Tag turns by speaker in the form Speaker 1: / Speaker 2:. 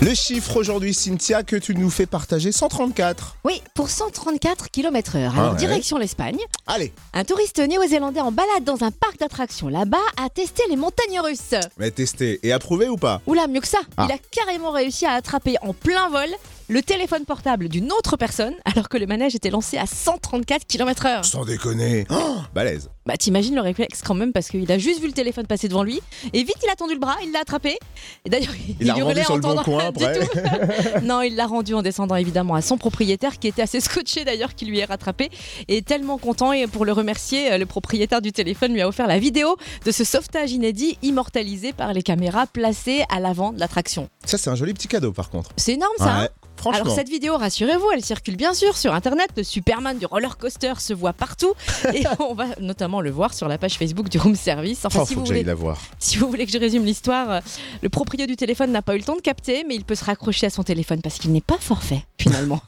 Speaker 1: Le chiffre aujourd'hui, Cynthia, que tu nous fais partager, 134.
Speaker 2: Oui, pour 134 km/h. Alors,
Speaker 1: Ah ouais.
Speaker 2: direction l'Espagne.
Speaker 1: Allez,
Speaker 2: Un touriste néo-zélandais en balade dans un parc d'attractions là-bas a testé les montagnes russes.
Speaker 1: mais tester et approuver ou pas
Speaker 2: Oula, mieux que ça.
Speaker 1: Ah.
Speaker 2: Il a carrément réussi à attraper en plein vol le téléphone portable d'une autre personne alors que le manège était lancé à 134 km/h.
Speaker 1: Sans déconner. Oh, balèze.
Speaker 2: Bah t'imagines le réflexe quand même parce qu'il a juste vu le téléphone passer devant lui et vite il a tendu le bras, il l'a attrapé. Et d'ailleurs il,
Speaker 1: Il l'a rendu
Speaker 2: hurlait
Speaker 1: sur
Speaker 2: en
Speaker 1: le bon
Speaker 2: tendant
Speaker 1: coin
Speaker 2: du
Speaker 1: après.
Speaker 2: tout. Non, il l'a rendu en descendant évidemment à son propriétaire qui était assez scotché d'ailleurs qui lui est rattrapé et tellement content et pour le remercier euh, le propriétaire du téléphone lui a offert la vidéo de ce sauvetage inédit immortalisé par les caméras placées à l'avant de l'attraction.
Speaker 1: Ça, c'est un joli petit cadeau par contre.
Speaker 2: C'est énorme ça. hein
Speaker 1: Ouais, franchement.
Speaker 2: alors cette vidéo, rassurez-vous, elle circule bien sûr sur Internet. Le Superman du roller coaster se voit partout et on va notamment le voir sur la page Facebook du Room Service. Enfin,
Speaker 1: Oh,
Speaker 2: si,
Speaker 1: faut
Speaker 2: vous
Speaker 1: que j'aille
Speaker 2: voulez,
Speaker 1: la voir.
Speaker 2: si vous voulez que je résume l'histoire, euh, le propriétaire du téléphone n'a pas eu le temps de capter, mais il peut se raccrocher à son téléphone parce qu'il n'est pas forfait finalement.